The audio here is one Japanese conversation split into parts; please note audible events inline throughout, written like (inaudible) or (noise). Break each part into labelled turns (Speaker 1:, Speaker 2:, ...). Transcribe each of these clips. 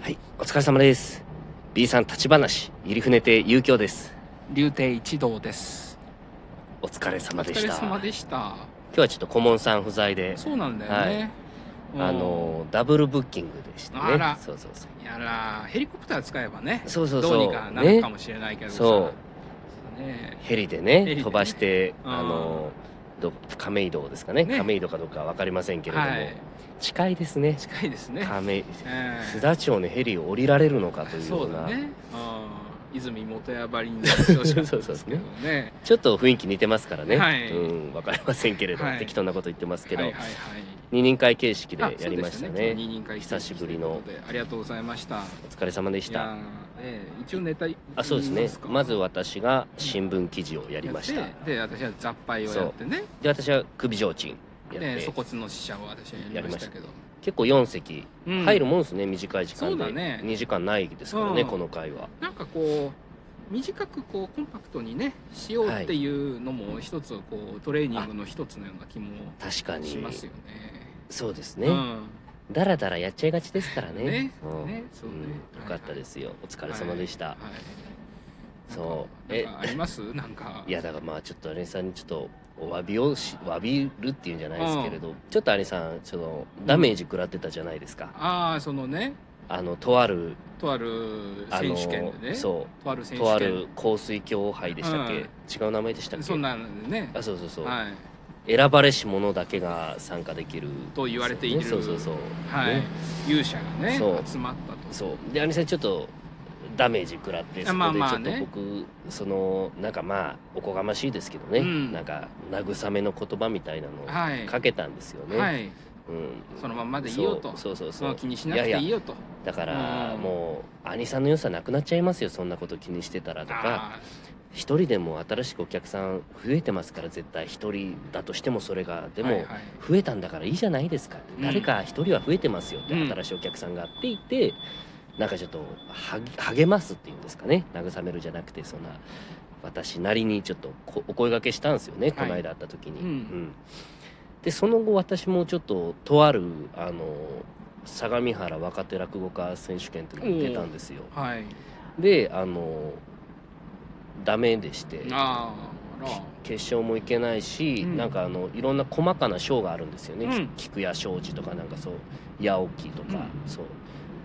Speaker 1: はい、お疲れ様です。B さん立ち話、入船亭遊興です。
Speaker 2: 竜亭一同です。
Speaker 1: お疲れ
Speaker 2: お
Speaker 1: 様で
Speaker 2: 疲
Speaker 1: し
Speaker 2: れ
Speaker 1: た。
Speaker 2: 様
Speaker 1: 今
Speaker 2: でした。
Speaker 1: 日はちょっと顧問さん不在で、
Speaker 2: そうなんだよね。うん
Speaker 1: あのダブルブッキングでした
Speaker 2: あ
Speaker 1: ね
Speaker 2: ら。
Speaker 1: そうそうそう。
Speaker 2: やらヘリコプター使えばね、
Speaker 1: そうそう
Speaker 2: どう
Speaker 1: そう。
Speaker 2: にかなるか
Speaker 1: ね、
Speaker 2: もしれないけどさ
Speaker 1: そう。
Speaker 2: ね
Speaker 1: ヘリで
Speaker 2: ヘリ
Speaker 1: ね
Speaker 2: でね
Speaker 1: 飛ばして、
Speaker 2: うん
Speaker 1: あのど亀戸ですかね
Speaker 2: ね
Speaker 1: 亀戸かどうかわかりませんけれども、
Speaker 2: はい、
Speaker 1: 近いですね。
Speaker 2: 近いですね。
Speaker 1: 亀
Speaker 2: ええ
Speaker 1: 須田町にヘリを降りられるのかというよ
Speaker 2: そううだ
Speaker 1: な
Speaker 2: ね。うん泉元やばりになって
Speaker 1: (laughs)
Speaker 2: ほしかったんですけどね。
Speaker 1: ちょっと雰囲気似てますからね、
Speaker 2: はい
Speaker 1: うんわかりませんけれど、
Speaker 2: はい
Speaker 1: 適当なこと言ってますけど、
Speaker 2: はいはいはい。
Speaker 1: 二人会形式で
Speaker 2: あ
Speaker 1: やりました
Speaker 2: そう
Speaker 1: ね
Speaker 2: で今日二人会
Speaker 1: 久しぶりの
Speaker 2: ということでありがとうございまし
Speaker 1: お
Speaker 2: た。
Speaker 1: 疲れ様でし
Speaker 2: いや
Speaker 1: た
Speaker 2: ー、ええ一応ネタ言い
Speaker 1: あそうですね
Speaker 2: か
Speaker 1: まず私が新聞記事をやりました
Speaker 2: やってで私は雑牌をやってね
Speaker 1: で私は首提灯やって、
Speaker 2: で粗骨の死者を私はやりましたけど
Speaker 1: 結構4席
Speaker 2: うん
Speaker 1: 入るもんですね、短い時間で
Speaker 2: そうだね
Speaker 1: 2時間ないですからね、
Speaker 2: うん
Speaker 1: この回は
Speaker 2: なんかこう短くこうコンパクトにねしようっていうのも一つこうトレーニングの一つのような気も
Speaker 1: 確か
Speaker 2: し
Speaker 1: に
Speaker 2: ますよ
Speaker 1: そうです
Speaker 2: ね。
Speaker 1: ね、
Speaker 2: うん
Speaker 1: だらだらやっちゃいがちですからね
Speaker 2: ね
Speaker 1: うん
Speaker 2: ねそうね
Speaker 1: んよかったですよお疲れ様でした、
Speaker 2: はいはい
Speaker 1: そう
Speaker 2: なん
Speaker 1: え
Speaker 2: かなんかありますなんか
Speaker 1: いやだからまあちょっと姉さんにちょっとお詫びをし詫びるっていうんじゃないですけれど、ちょっと姉さんそのダメージ食らってたじゃないですか、
Speaker 2: ああそのね
Speaker 1: あのとある
Speaker 2: とある
Speaker 1: あの
Speaker 2: 選手権でね
Speaker 1: そ
Speaker 2: とある選
Speaker 1: う
Speaker 2: 手
Speaker 1: とあ
Speaker 2: 権
Speaker 1: る香水教杯でしたっけ、
Speaker 2: うん
Speaker 1: 違う名前でしたっけ
Speaker 2: そんなんでね
Speaker 1: あそうそうそう、
Speaker 2: はい
Speaker 1: 選ばれし者だけが参加できる
Speaker 2: と言われている
Speaker 1: そうそうそう
Speaker 2: はい、
Speaker 1: ね
Speaker 2: 勇者がね
Speaker 1: そう
Speaker 2: 集まったと
Speaker 1: そうで兄さんちょっとダメージ食らってそこ
Speaker 2: まあ
Speaker 1: で
Speaker 2: ま
Speaker 1: ちょ
Speaker 2: あ
Speaker 1: っと
Speaker 2: ね
Speaker 1: 僕、そのなんかまあおこがましいですけどね、
Speaker 2: うん
Speaker 1: なんか慰めの言葉みたいなのを
Speaker 2: はい
Speaker 1: かけたんですよね、
Speaker 2: はい
Speaker 1: うん、
Speaker 2: そのまんまでいいよと
Speaker 1: そうそう
Speaker 2: そ
Speaker 1: そう
Speaker 2: の
Speaker 1: そ
Speaker 2: 気
Speaker 1: う
Speaker 2: にしなくていいよと
Speaker 1: だから
Speaker 2: うん
Speaker 1: もう兄さんの良さなくなっちゃいますよそんなこと気にしてたらとか
Speaker 2: あ
Speaker 1: 一人でも新しくお客さん増えてますから絶対一人だとしてもそれが
Speaker 2: ー
Speaker 1: でも、
Speaker 2: はいはい
Speaker 1: 増えたんだからいいじゃないですかって、
Speaker 2: うん
Speaker 1: 誰か一人は増えてますよって
Speaker 2: うん
Speaker 1: 新しいお客さんがっていて、なんかちょっとはぎ励ますっていうんですかね慰めるじゃなくてそんな私なりにちょっとこお声掛けしたんですよね、
Speaker 2: い
Speaker 1: この間会った時に。
Speaker 2: うん
Speaker 1: んでその後私もちょっととあるあの相模原若手落語家選手権っていうのに出たんですよ。
Speaker 2: はい
Speaker 1: であのダメでして
Speaker 2: あー
Speaker 1: 決勝も行けないし、
Speaker 2: うん
Speaker 1: なんかあのいろんな細かな賞があるんですよね、
Speaker 2: うん
Speaker 1: 菊屋商事とかなんかそう八起とか、
Speaker 2: う
Speaker 1: そう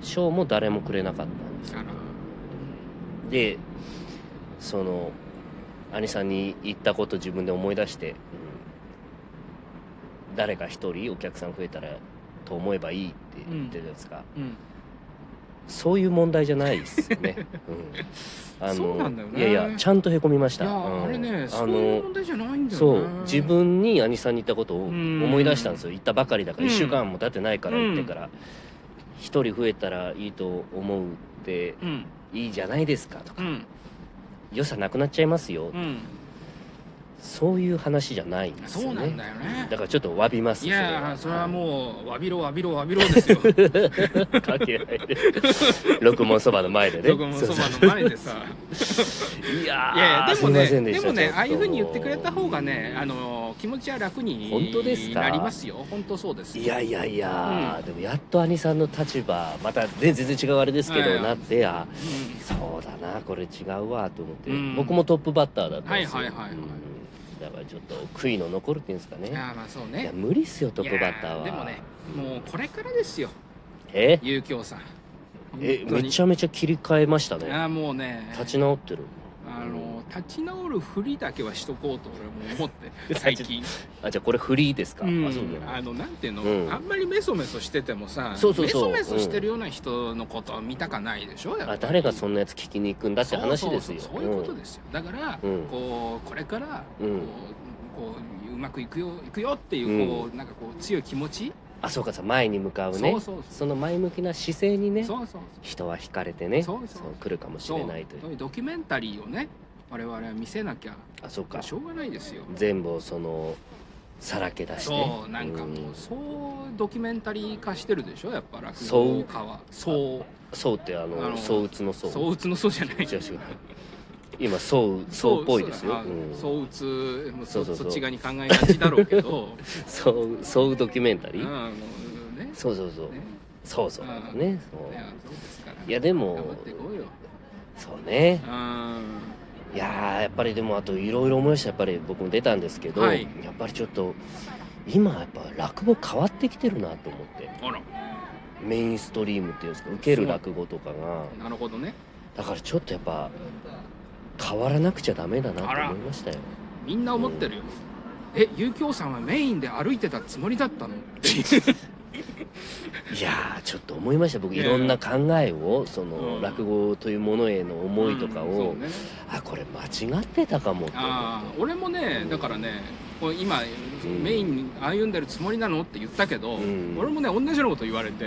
Speaker 1: 賞も誰もくれなかったんです
Speaker 2: あら
Speaker 1: よ
Speaker 2: あら
Speaker 1: でその兄さんに言ったこと自分で思い出して、うん誰か一人お客さん増えたらと思えばいいって言ってたんですか、
Speaker 2: うん
Speaker 1: そういう問題じゃないですよ
Speaker 2: (laughs)
Speaker 1: ね、うん
Speaker 2: そうなんだよね
Speaker 1: いやいやちゃんとへこみまし
Speaker 2: い
Speaker 1: た
Speaker 2: やー
Speaker 1: うん
Speaker 2: あれね
Speaker 1: あ
Speaker 2: そうい
Speaker 1: の
Speaker 2: う問題じゃないんだよ
Speaker 1: そ
Speaker 2: ね
Speaker 1: う自分に兄さんに言ったことを思い出したんですよ行ったばかりだから
Speaker 2: うん
Speaker 1: 1週間も経ってないから
Speaker 2: うん
Speaker 1: 行ってから一人増えたらいいと思うって
Speaker 2: うん
Speaker 1: いいじゃないですかと
Speaker 2: う
Speaker 1: か
Speaker 2: ん
Speaker 1: 良さなくなっちゃいますよ
Speaker 2: うん
Speaker 1: そういう話じゃないんです
Speaker 2: そ
Speaker 1: よ
Speaker 2: うなん
Speaker 1: ね
Speaker 2: だよね
Speaker 1: だからちょっと詫びます
Speaker 2: いやーそれ
Speaker 1: (laughs)
Speaker 2: は
Speaker 1: う
Speaker 2: もうわびろわびろわびろで
Speaker 1: (laughs)
Speaker 2: すよ (laughs)
Speaker 1: かけないで六門そばの前でね
Speaker 2: 僕もそばの前でさ
Speaker 1: そうそういやー
Speaker 2: いやいやですも
Speaker 1: いま
Speaker 2: ね
Speaker 1: せんで
Speaker 2: で
Speaker 1: した
Speaker 2: もね
Speaker 1: ちょっと
Speaker 2: ああいうふうに言ってくれた方がねあの気持ちは楽に
Speaker 1: 本当ですか
Speaker 2: なりますよ本当そうです
Speaker 1: いやいやいや、でもやっと兄さんの立場また、ね、全然違うあれですけど、
Speaker 2: はい
Speaker 1: なってや
Speaker 2: うん
Speaker 1: そうだなこれ違うわと思って、
Speaker 2: うん
Speaker 1: 僕もトップバッターだったんですよ、
Speaker 2: はいはいはいはい
Speaker 1: うんだからちょっと悔いの残るっていうんですかね
Speaker 2: いやーまあそう
Speaker 1: いや
Speaker 2: ね
Speaker 1: 無理っすよトップバッターはい
Speaker 2: やでもねもうこれからですよ
Speaker 1: え
Speaker 2: 遊興さん
Speaker 1: え
Speaker 2: 本当に
Speaker 1: めちゃめちゃ切り替えましたね
Speaker 2: あーもうね
Speaker 1: 立ち直ってる
Speaker 2: あの立ち直るふりだけはしとこうと俺も
Speaker 1: (laughs)
Speaker 2: 思って最近
Speaker 1: あじゃあこれフリーですか、
Speaker 2: うん
Speaker 1: あそうだな
Speaker 2: あのなんていうの、
Speaker 1: うん
Speaker 2: あんまりメソメソしててもさ
Speaker 1: そうそうそう
Speaker 2: メソメソしてるような人のことを見たかないでしょやっぱ
Speaker 1: あ
Speaker 2: り
Speaker 1: 誰がそんなやつ聞きに行くんだって話ですよ
Speaker 2: そうそうそうそういうことですよ、だから、
Speaker 1: うん
Speaker 2: こうこれから、
Speaker 1: うん
Speaker 2: こうこううまくいくよいくよっていうこう、なんかこう強い気持ち、
Speaker 1: あそうかさ前に向かうね
Speaker 2: そうそう
Speaker 1: その前向きな姿勢にね
Speaker 2: そうそう
Speaker 1: 人は惹かれてね
Speaker 2: そうそう
Speaker 1: 来るかもし
Speaker 2: そう
Speaker 1: れないとい
Speaker 2: そうういうドキュメンタリーをね我々は見せなきゃ
Speaker 1: あそうか
Speaker 2: しょうがないですよ
Speaker 1: 全部をそのさらけ出して
Speaker 2: そうなんかも
Speaker 1: ん
Speaker 2: うそうドキュメンタリー化してるでしょやっぱ落
Speaker 1: そう
Speaker 2: 語家はそう
Speaker 1: そうってあ
Speaker 2: あ
Speaker 1: の
Speaker 2: の
Speaker 1: 相打つの
Speaker 2: そう
Speaker 1: 相
Speaker 2: そううつのそうじゃない
Speaker 1: 違う違う今相う相っぽいですよ
Speaker 2: そう
Speaker 1: うん
Speaker 2: そううつもう
Speaker 1: そう
Speaker 2: そ
Speaker 1: そうそう
Speaker 2: そっち側に考え (laughs) がちだろうけど
Speaker 1: そう相うドキュメンタ
Speaker 2: う
Speaker 1: リ
Speaker 2: ん
Speaker 1: ー
Speaker 2: もうね
Speaker 1: そうそうそう
Speaker 2: ね
Speaker 1: そうそうねそう
Speaker 2: いやそうですから
Speaker 1: いやでも
Speaker 2: 頑張っていこうよ
Speaker 1: そうね
Speaker 2: うん
Speaker 1: いやーやっぱりでもあといろいろ思いましたやっぱり僕も出たんですけど、
Speaker 2: はい
Speaker 1: やっぱりちょっと今やっぱ落語変わってきてるなと思って
Speaker 2: あら
Speaker 1: メインストリームっていうんですか受ける落語とかが
Speaker 2: なるほどね
Speaker 1: だからちょっとやっぱ変わらなくちゃダメだなと思いましたよ
Speaker 2: みんな思ってるよえ遊興さんはメインで歩いてたつもりだったのっていう (laughs)
Speaker 1: いやーちょっと思いました僕
Speaker 2: ね
Speaker 1: いろんな考えをその
Speaker 2: うん
Speaker 1: 落語というものへの思いとか
Speaker 2: うんそ
Speaker 1: を
Speaker 2: うね
Speaker 1: あこれ間違ってたかもって
Speaker 2: ああ俺もねだからねこう今
Speaker 1: ん
Speaker 2: メイン歩んでるつもりなのって言ったけど、
Speaker 1: うん
Speaker 2: 俺もね同じようなこと言われて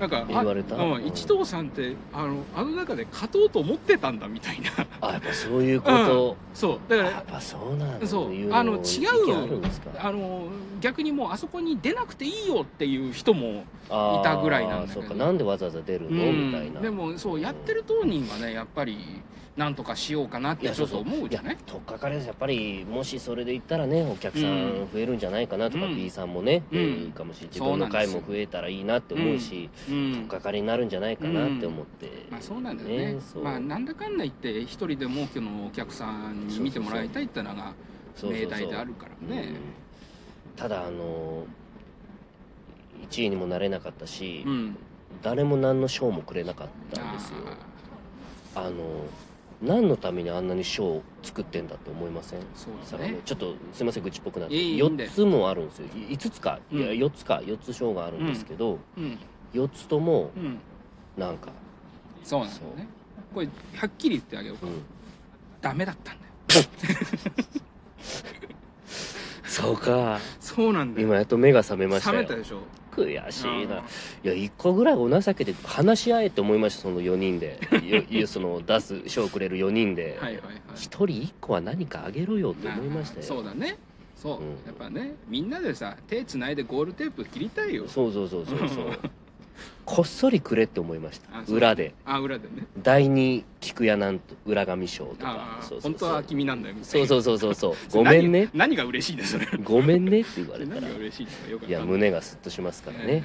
Speaker 2: なんかあ
Speaker 1: 言われた
Speaker 2: う、
Speaker 1: うんん
Speaker 2: 一藤さんってあのあの中で勝とうと思ってたんだみたいな (laughs)
Speaker 1: あやっぱそういうこと、
Speaker 2: そうだか
Speaker 1: や
Speaker 2: ら
Speaker 1: っぱそうなんだ
Speaker 2: そう
Speaker 1: いう
Speaker 2: あの違う
Speaker 1: 意見あるんですか
Speaker 2: あの逆にもうあそこに出なくていいよっていう人も、いたぐらいなんだけど
Speaker 1: あーそうかなんでわざわざ出る
Speaker 2: う
Speaker 1: の、
Speaker 2: ん
Speaker 1: みたいな
Speaker 2: でもそうやってる当人はねやっぱりなんとかしようかなっ
Speaker 1: い
Speaker 2: て
Speaker 1: や
Speaker 2: ち
Speaker 1: そ
Speaker 2: ょ
Speaker 1: う
Speaker 2: っと
Speaker 1: そう
Speaker 2: 思う
Speaker 1: い
Speaker 2: じ
Speaker 1: や
Speaker 2: ゃない
Speaker 1: とっかかりですやっぱりもしそれで言ったらねお客さ
Speaker 2: うん
Speaker 1: ん増えるんじゃないかなとか、
Speaker 2: うん
Speaker 1: B さんもね
Speaker 2: うん
Speaker 1: 増えるかもしれない自
Speaker 2: そう
Speaker 1: 分
Speaker 2: な
Speaker 1: の
Speaker 2: んです
Speaker 1: 回も増えたらいいなって思うし
Speaker 2: うん
Speaker 1: とっかかりになるんじゃないかなって思って、
Speaker 2: まあそうなんだよね
Speaker 1: そう
Speaker 2: まあなんだかんだ言って一人でも多くのお客さんに見てもらいたいってのが
Speaker 1: そうそう
Speaker 2: 命
Speaker 1: そう
Speaker 2: 題であるから
Speaker 1: う
Speaker 2: ね
Speaker 1: んただあの1位にもなれなかったし、
Speaker 2: うん
Speaker 1: 誰も何の賞もくれなかったんですよ
Speaker 2: あ
Speaker 1: あの何のためにあんなに賞を作ってんだって思いません
Speaker 2: ーそうです
Speaker 1: さあ
Speaker 2: ね
Speaker 1: のちょっとすいません愚痴っぽくなって
Speaker 2: いえいえいいんだ
Speaker 1: 4
Speaker 2: よ
Speaker 1: つもあるんですよい5つか、いや
Speaker 2: うん
Speaker 1: 4つか4つ賞があるんですけど、
Speaker 2: うん
Speaker 1: 4つとも
Speaker 2: うん
Speaker 1: なんか、
Speaker 2: そうなんだよねこれはっきり言ってあげようか (laughs)
Speaker 1: うん
Speaker 2: ダメだったんだよ
Speaker 1: そうか
Speaker 2: そうなんだよ
Speaker 1: 今やっと目が覚めました
Speaker 2: 冷
Speaker 1: よ
Speaker 2: めたでしょ
Speaker 1: 悔しいな
Speaker 2: うん
Speaker 1: いや1個ぐらいお情けで話し合えって思いましたその4人
Speaker 2: (laughs)
Speaker 1: でよよその出す賞をくれる4人で、
Speaker 2: はいはいはい
Speaker 1: 一1人1個は何かあげろよって思いましたよ
Speaker 2: そうだねそう、
Speaker 1: うん
Speaker 2: やっぱねみんなでさ手つないでゴールテープ切りたいよ
Speaker 1: そうそうそうそうそうこっそりくれって思いまし
Speaker 2: あ
Speaker 1: た
Speaker 2: そう
Speaker 1: 裏で
Speaker 2: あ裏でね
Speaker 1: 第二菊屋なんと裏紙賞と
Speaker 2: あ
Speaker 1: か
Speaker 2: あ
Speaker 1: そうそう
Speaker 2: 本当
Speaker 1: そう
Speaker 2: は君なんだよみたい
Speaker 1: そ
Speaker 2: な
Speaker 1: うそうそうそうそ
Speaker 2: (laughs)
Speaker 1: うごめんね
Speaker 2: 何何が嬉しいんだそれ
Speaker 1: ごめんねって言われ
Speaker 2: 何
Speaker 1: た
Speaker 2: が
Speaker 1: ら
Speaker 2: 嬉しいんですかよくわ
Speaker 1: いや
Speaker 2: かんな
Speaker 1: 胸がスッとしますからね、
Speaker 2: え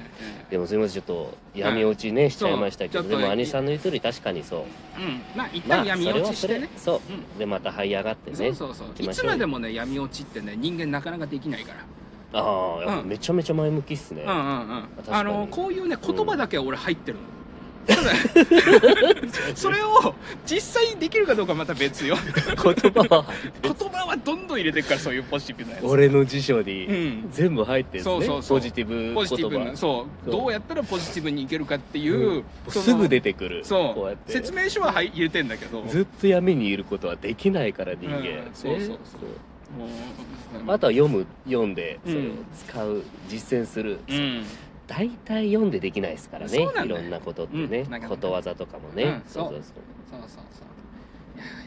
Speaker 2: え
Speaker 1: でもすみませんちょっと闇落ちね、しちゃいましたけ
Speaker 2: そう
Speaker 1: ど
Speaker 2: ちょっ
Speaker 1: で
Speaker 2: と
Speaker 1: も兄さんの言う通り確かにそう
Speaker 2: うんまあ一
Speaker 1: ま
Speaker 2: 旦
Speaker 1: あ
Speaker 2: 闇
Speaker 1: それ
Speaker 2: 落
Speaker 1: は
Speaker 2: ちし
Speaker 1: そ
Speaker 2: て
Speaker 1: れ、
Speaker 2: ね、
Speaker 1: そう
Speaker 2: うん
Speaker 1: でまた這い上がってね
Speaker 2: そうそうそう
Speaker 1: 行き
Speaker 2: い
Speaker 1: ましょ
Speaker 2: つ
Speaker 1: うよ
Speaker 2: までもね闇落ちってね人間なかなかできないから
Speaker 1: ああ、やっぱ
Speaker 2: うん
Speaker 1: めちゃめちゃ前向きっすね、
Speaker 2: うんうんうん
Speaker 1: 確かに
Speaker 2: あのこういうね言葉だけは俺入ってるの、ただ (laughs) それを実際にできるかどうかまた
Speaker 1: (laughs)
Speaker 2: 別よ
Speaker 1: 言葉
Speaker 2: (laughs)
Speaker 1: は
Speaker 2: 言葉はどんどん入れてくからそういうポジティブなやつ
Speaker 1: 俺の辞書
Speaker 2: う
Speaker 1: に
Speaker 2: ん
Speaker 1: 全部入ってるんですね、
Speaker 2: そうそうそう
Speaker 1: ポジティブ言葉
Speaker 2: ポジティブなそう
Speaker 1: そう
Speaker 2: どうやったらポジティブにいけるかっていう、
Speaker 1: うん
Speaker 2: その
Speaker 1: すぐ出てくる
Speaker 2: そう
Speaker 1: こうやって
Speaker 2: 説明書は入入れてんだけど
Speaker 1: ずっと闇にいることはできないから人間、
Speaker 2: うんそうそうそう
Speaker 1: う
Speaker 2: もう
Speaker 1: あとは読む読んで、
Speaker 2: うん
Speaker 1: それを使う実践する、
Speaker 2: うん
Speaker 1: 大体読んでできないですからね
Speaker 2: そうなん
Speaker 1: い
Speaker 2: だよ
Speaker 1: ろんなことってね、
Speaker 2: うんなかなか
Speaker 1: ことわざとかもね、
Speaker 2: うん
Speaker 1: そう
Speaker 2: そ
Speaker 1: そううそ
Speaker 2: そうそうそういやいやいや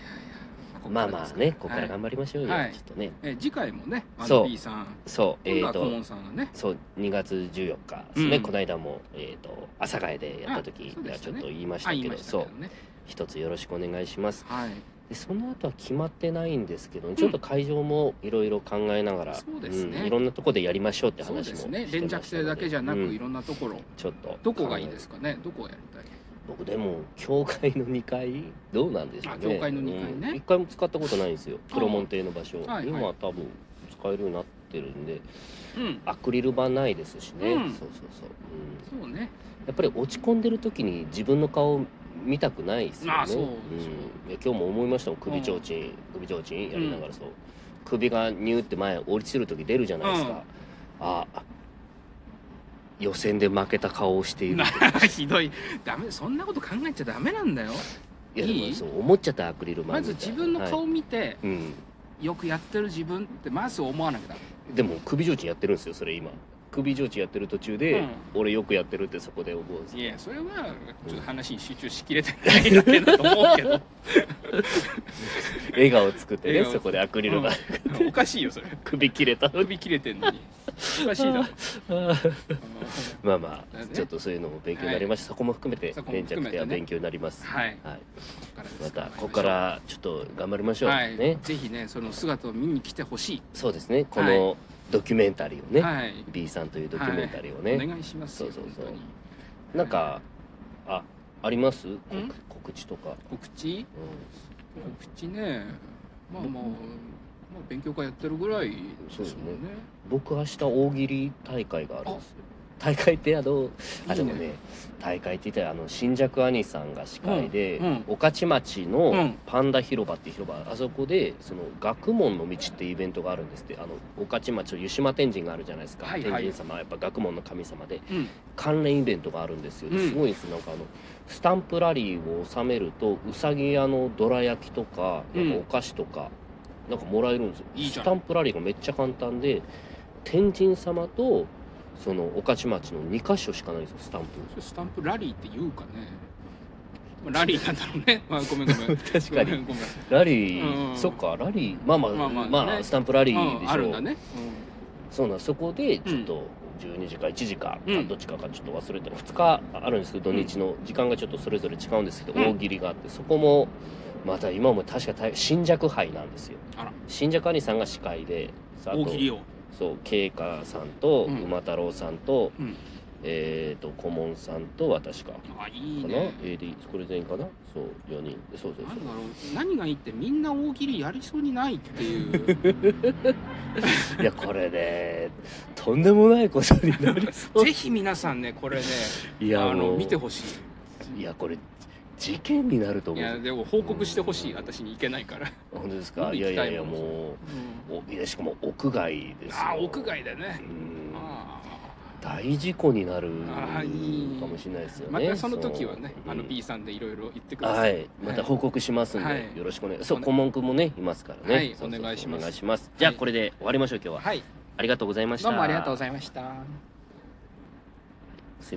Speaker 2: こ
Speaker 1: う
Speaker 2: こ
Speaker 1: まあ
Speaker 2: か
Speaker 1: ま
Speaker 2: らで
Speaker 1: あ
Speaker 2: す
Speaker 1: ねここから
Speaker 2: はい
Speaker 1: 頑張りましょうよ、
Speaker 2: はい
Speaker 1: ちょっとね
Speaker 2: え次回もねア
Speaker 1: そう
Speaker 2: ンピーさん
Speaker 1: そうえ
Speaker 2: 今
Speaker 1: っ、
Speaker 2: 度は
Speaker 1: と
Speaker 2: 顧問さんがね
Speaker 1: そう2月14日ですね、
Speaker 2: うん
Speaker 1: この間も、えー、と朝会でやった
Speaker 2: あ
Speaker 1: 時
Speaker 2: そうで
Speaker 1: は
Speaker 2: し
Speaker 1: ち
Speaker 2: た
Speaker 1: ょっ
Speaker 2: ね
Speaker 1: と言いました
Speaker 2: 会
Speaker 1: けど,、
Speaker 2: いましたけ
Speaker 1: そ
Speaker 2: ど
Speaker 1: う
Speaker 2: ね
Speaker 1: 一つよろしくお願いします
Speaker 2: はい
Speaker 1: でその後は決まってないんですけど、ちょっと会場もいろいろ考えながら
Speaker 2: そうですね
Speaker 1: んいろんなとこでやりましょうって
Speaker 2: そう
Speaker 1: 話
Speaker 2: で
Speaker 1: も
Speaker 2: す
Speaker 1: して
Speaker 2: ね
Speaker 1: ましたの
Speaker 2: 連
Speaker 1: で
Speaker 2: 着性だけじゃなく
Speaker 1: うん
Speaker 2: いろんなところ
Speaker 1: ちょっと
Speaker 2: どこがいいですすかねどこをやりたい
Speaker 1: 僕でも教会の2階どうなんですかね
Speaker 2: あ教会の2階ね
Speaker 1: 1回も使ったことないんですよ
Speaker 2: あ
Speaker 1: 黒門亭の場所、
Speaker 2: はいはい
Speaker 1: 今は多分使えるようになってるんで
Speaker 2: うん
Speaker 1: アクリル板ないですしね、
Speaker 2: うん
Speaker 1: そうそうそう、うん、
Speaker 2: そうね
Speaker 1: やっぱり落ち込んでる時に自分の顔見たくないですよね、
Speaker 2: まあそう
Speaker 1: うん、いや今日も思いましたもん首提灯、首提灯やりながらそう、首がニューって前降りてる時出るじゃないです
Speaker 2: うん
Speaker 1: か、ああ予選で負けた顔をしている
Speaker 2: な (laughs) ひどいダメそんなこと考えちゃダメなんだよ
Speaker 1: いや
Speaker 2: い
Speaker 1: で
Speaker 2: い
Speaker 1: もそう思っちゃったアクリル板
Speaker 2: まず
Speaker 1: みたい
Speaker 2: 自
Speaker 1: な
Speaker 2: 分の顔
Speaker 1: は
Speaker 2: 見て
Speaker 1: いうん
Speaker 2: よくやってる自分ってまず思わなきゃダメ
Speaker 1: でも首提灯やってるんですよそれ今首提灯やってる途中で、
Speaker 2: うん
Speaker 1: 俺よくやってるってそこで思うんです
Speaker 2: い
Speaker 1: よ
Speaker 2: やそれはちょっと話に集中しきれてないだけだと思うけど
Speaker 1: 笑顔作ってね
Speaker 2: 笑顔
Speaker 1: そこでアクリル板、
Speaker 2: おかしいよそれ
Speaker 1: 首切れた
Speaker 2: (laughs)
Speaker 1: の
Speaker 2: 飛
Speaker 1: に
Speaker 2: び切れてんのにおかしいだろ
Speaker 1: まあま
Speaker 2: だ
Speaker 1: あ、
Speaker 2: ね
Speaker 1: ちょっとそういうのも勉強になりました、そこも含めて
Speaker 2: そこも
Speaker 1: 連
Speaker 2: 含
Speaker 1: 着
Speaker 2: めて
Speaker 1: 点
Speaker 2: ね
Speaker 1: は勉強になります、
Speaker 2: はい
Speaker 1: はい、
Speaker 2: ここからです
Speaker 1: またここからちょっと頑張りましょう、
Speaker 2: はい、
Speaker 1: ね
Speaker 2: ぜひねその姿を見に来てほしい、
Speaker 1: そうですねこのドキュメンタリーをね、
Speaker 2: はい
Speaker 1: B さんというドキュメンタリーをね、
Speaker 2: お願いしますよ
Speaker 1: そうそうそう
Speaker 2: 本当に
Speaker 1: なんかああります告告知とか、
Speaker 2: 告知
Speaker 1: う
Speaker 2: 告知ねまあまあ、まあ、勉強会やってるぐらいですもんね
Speaker 1: ん、僕明日大喜利大会があるんですよ大会ってあのあでもね大会って言ったらあの新宿兄さんが司会で、
Speaker 2: うん
Speaker 1: 御徒町
Speaker 2: う
Speaker 1: の
Speaker 2: ん
Speaker 1: パンダ広場っていう広場、あそこでその学問の道っていうイベントがあるんですってあの御徒町の湯島天神があるじゃないですか、
Speaker 2: はいはい
Speaker 1: 天神様やっぱ学問の神様で
Speaker 2: うん
Speaker 1: 関連イベントがあるんですよ、
Speaker 2: うん
Speaker 1: すごいんですよなんかあのスタンプラリーを収めるとうさぎ屋のどら焼きとかなんかお菓子とか、なんかもらえるんですよ
Speaker 2: いいじ
Speaker 1: ス
Speaker 2: ゃん
Speaker 1: タンプラリーがめっちゃ簡単で天神様とその御徒町の2箇所しかないんですよスタンプ
Speaker 2: それスタンプラリーって言うかね、まあ、ラリーなんだろ
Speaker 1: (laughs)
Speaker 2: うね、まあ、ごめんごめん
Speaker 1: 確かに
Speaker 2: ごめんごめん
Speaker 1: ラリ
Speaker 2: う
Speaker 1: ー
Speaker 2: ん
Speaker 1: そっかラリーまあまあま
Speaker 2: ま
Speaker 1: あ
Speaker 2: あ、まあね
Speaker 1: スタンプラリーで
Speaker 2: うん
Speaker 1: し
Speaker 2: ある
Speaker 1: ょ
Speaker 2: ん
Speaker 1: う、
Speaker 2: だね、
Speaker 1: そうなんそこでちょっと12時か1時か、
Speaker 2: うん
Speaker 1: まあどっちかかちょっと忘れて2日あるんですけど土日の時間がちょっとそれぞれ違うんですけど、
Speaker 2: う
Speaker 1: 大
Speaker 2: ん
Speaker 1: 喜利があってそこもまた今も確か大新宿杯なんですよ
Speaker 2: あら
Speaker 1: 新宿兄さんが司会でさあ
Speaker 2: うん、大
Speaker 1: と
Speaker 2: 喜利を、
Speaker 1: そう慶華さんと
Speaker 2: うん
Speaker 1: 馬太郎さんと、
Speaker 2: うん、
Speaker 1: えっ、と顧問さんと私かか
Speaker 2: あ
Speaker 1: ない
Speaker 2: いね
Speaker 1: AD これ全員かなそう4人でそうそう
Speaker 2: な
Speaker 1: そ
Speaker 2: ん
Speaker 1: う
Speaker 2: だろう何がいいってみんな大喜利やりそうにないっ
Speaker 1: (laughs)
Speaker 2: ていう
Speaker 1: いやこれねとんでもないことになり
Speaker 2: (laughs)
Speaker 1: そう
Speaker 2: ぜひ皆さんねこれね
Speaker 1: いやも
Speaker 2: あの
Speaker 1: う
Speaker 2: 見てほし
Speaker 1: いやこれ事件になると
Speaker 2: いい
Speaker 1: 思
Speaker 2: や
Speaker 1: う
Speaker 2: でも報告してほしい私に行けないから、
Speaker 1: 本当ですかい
Speaker 2: 見
Speaker 1: やい
Speaker 2: に行きた
Speaker 1: や
Speaker 2: い
Speaker 1: いや
Speaker 2: もん
Speaker 1: も
Speaker 2: う
Speaker 1: うおいやしかも屋外で
Speaker 2: ん、
Speaker 1: すよ
Speaker 2: ああ屋外
Speaker 1: で
Speaker 2: だねあ
Speaker 1: 大事故になる
Speaker 2: あーいい
Speaker 1: かもしれないですよ
Speaker 2: ー
Speaker 1: ね
Speaker 2: またその時はね
Speaker 1: そう
Speaker 2: あの
Speaker 1: うん
Speaker 2: B さんでいろいろ言ってくださ、
Speaker 1: はいい、また報告しますんで、
Speaker 2: はい
Speaker 1: よろしくお願いそう
Speaker 2: おね
Speaker 1: 顧問くんもねいますからね、
Speaker 2: はい
Speaker 1: そうそうそう
Speaker 2: お願いします
Speaker 1: お願いしますじゃあ
Speaker 2: はい
Speaker 1: これで終わりましょう今日は、
Speaker 2: はい、
Speaker 1: ありがとうございました
Speaker 2: どうもありがとうございました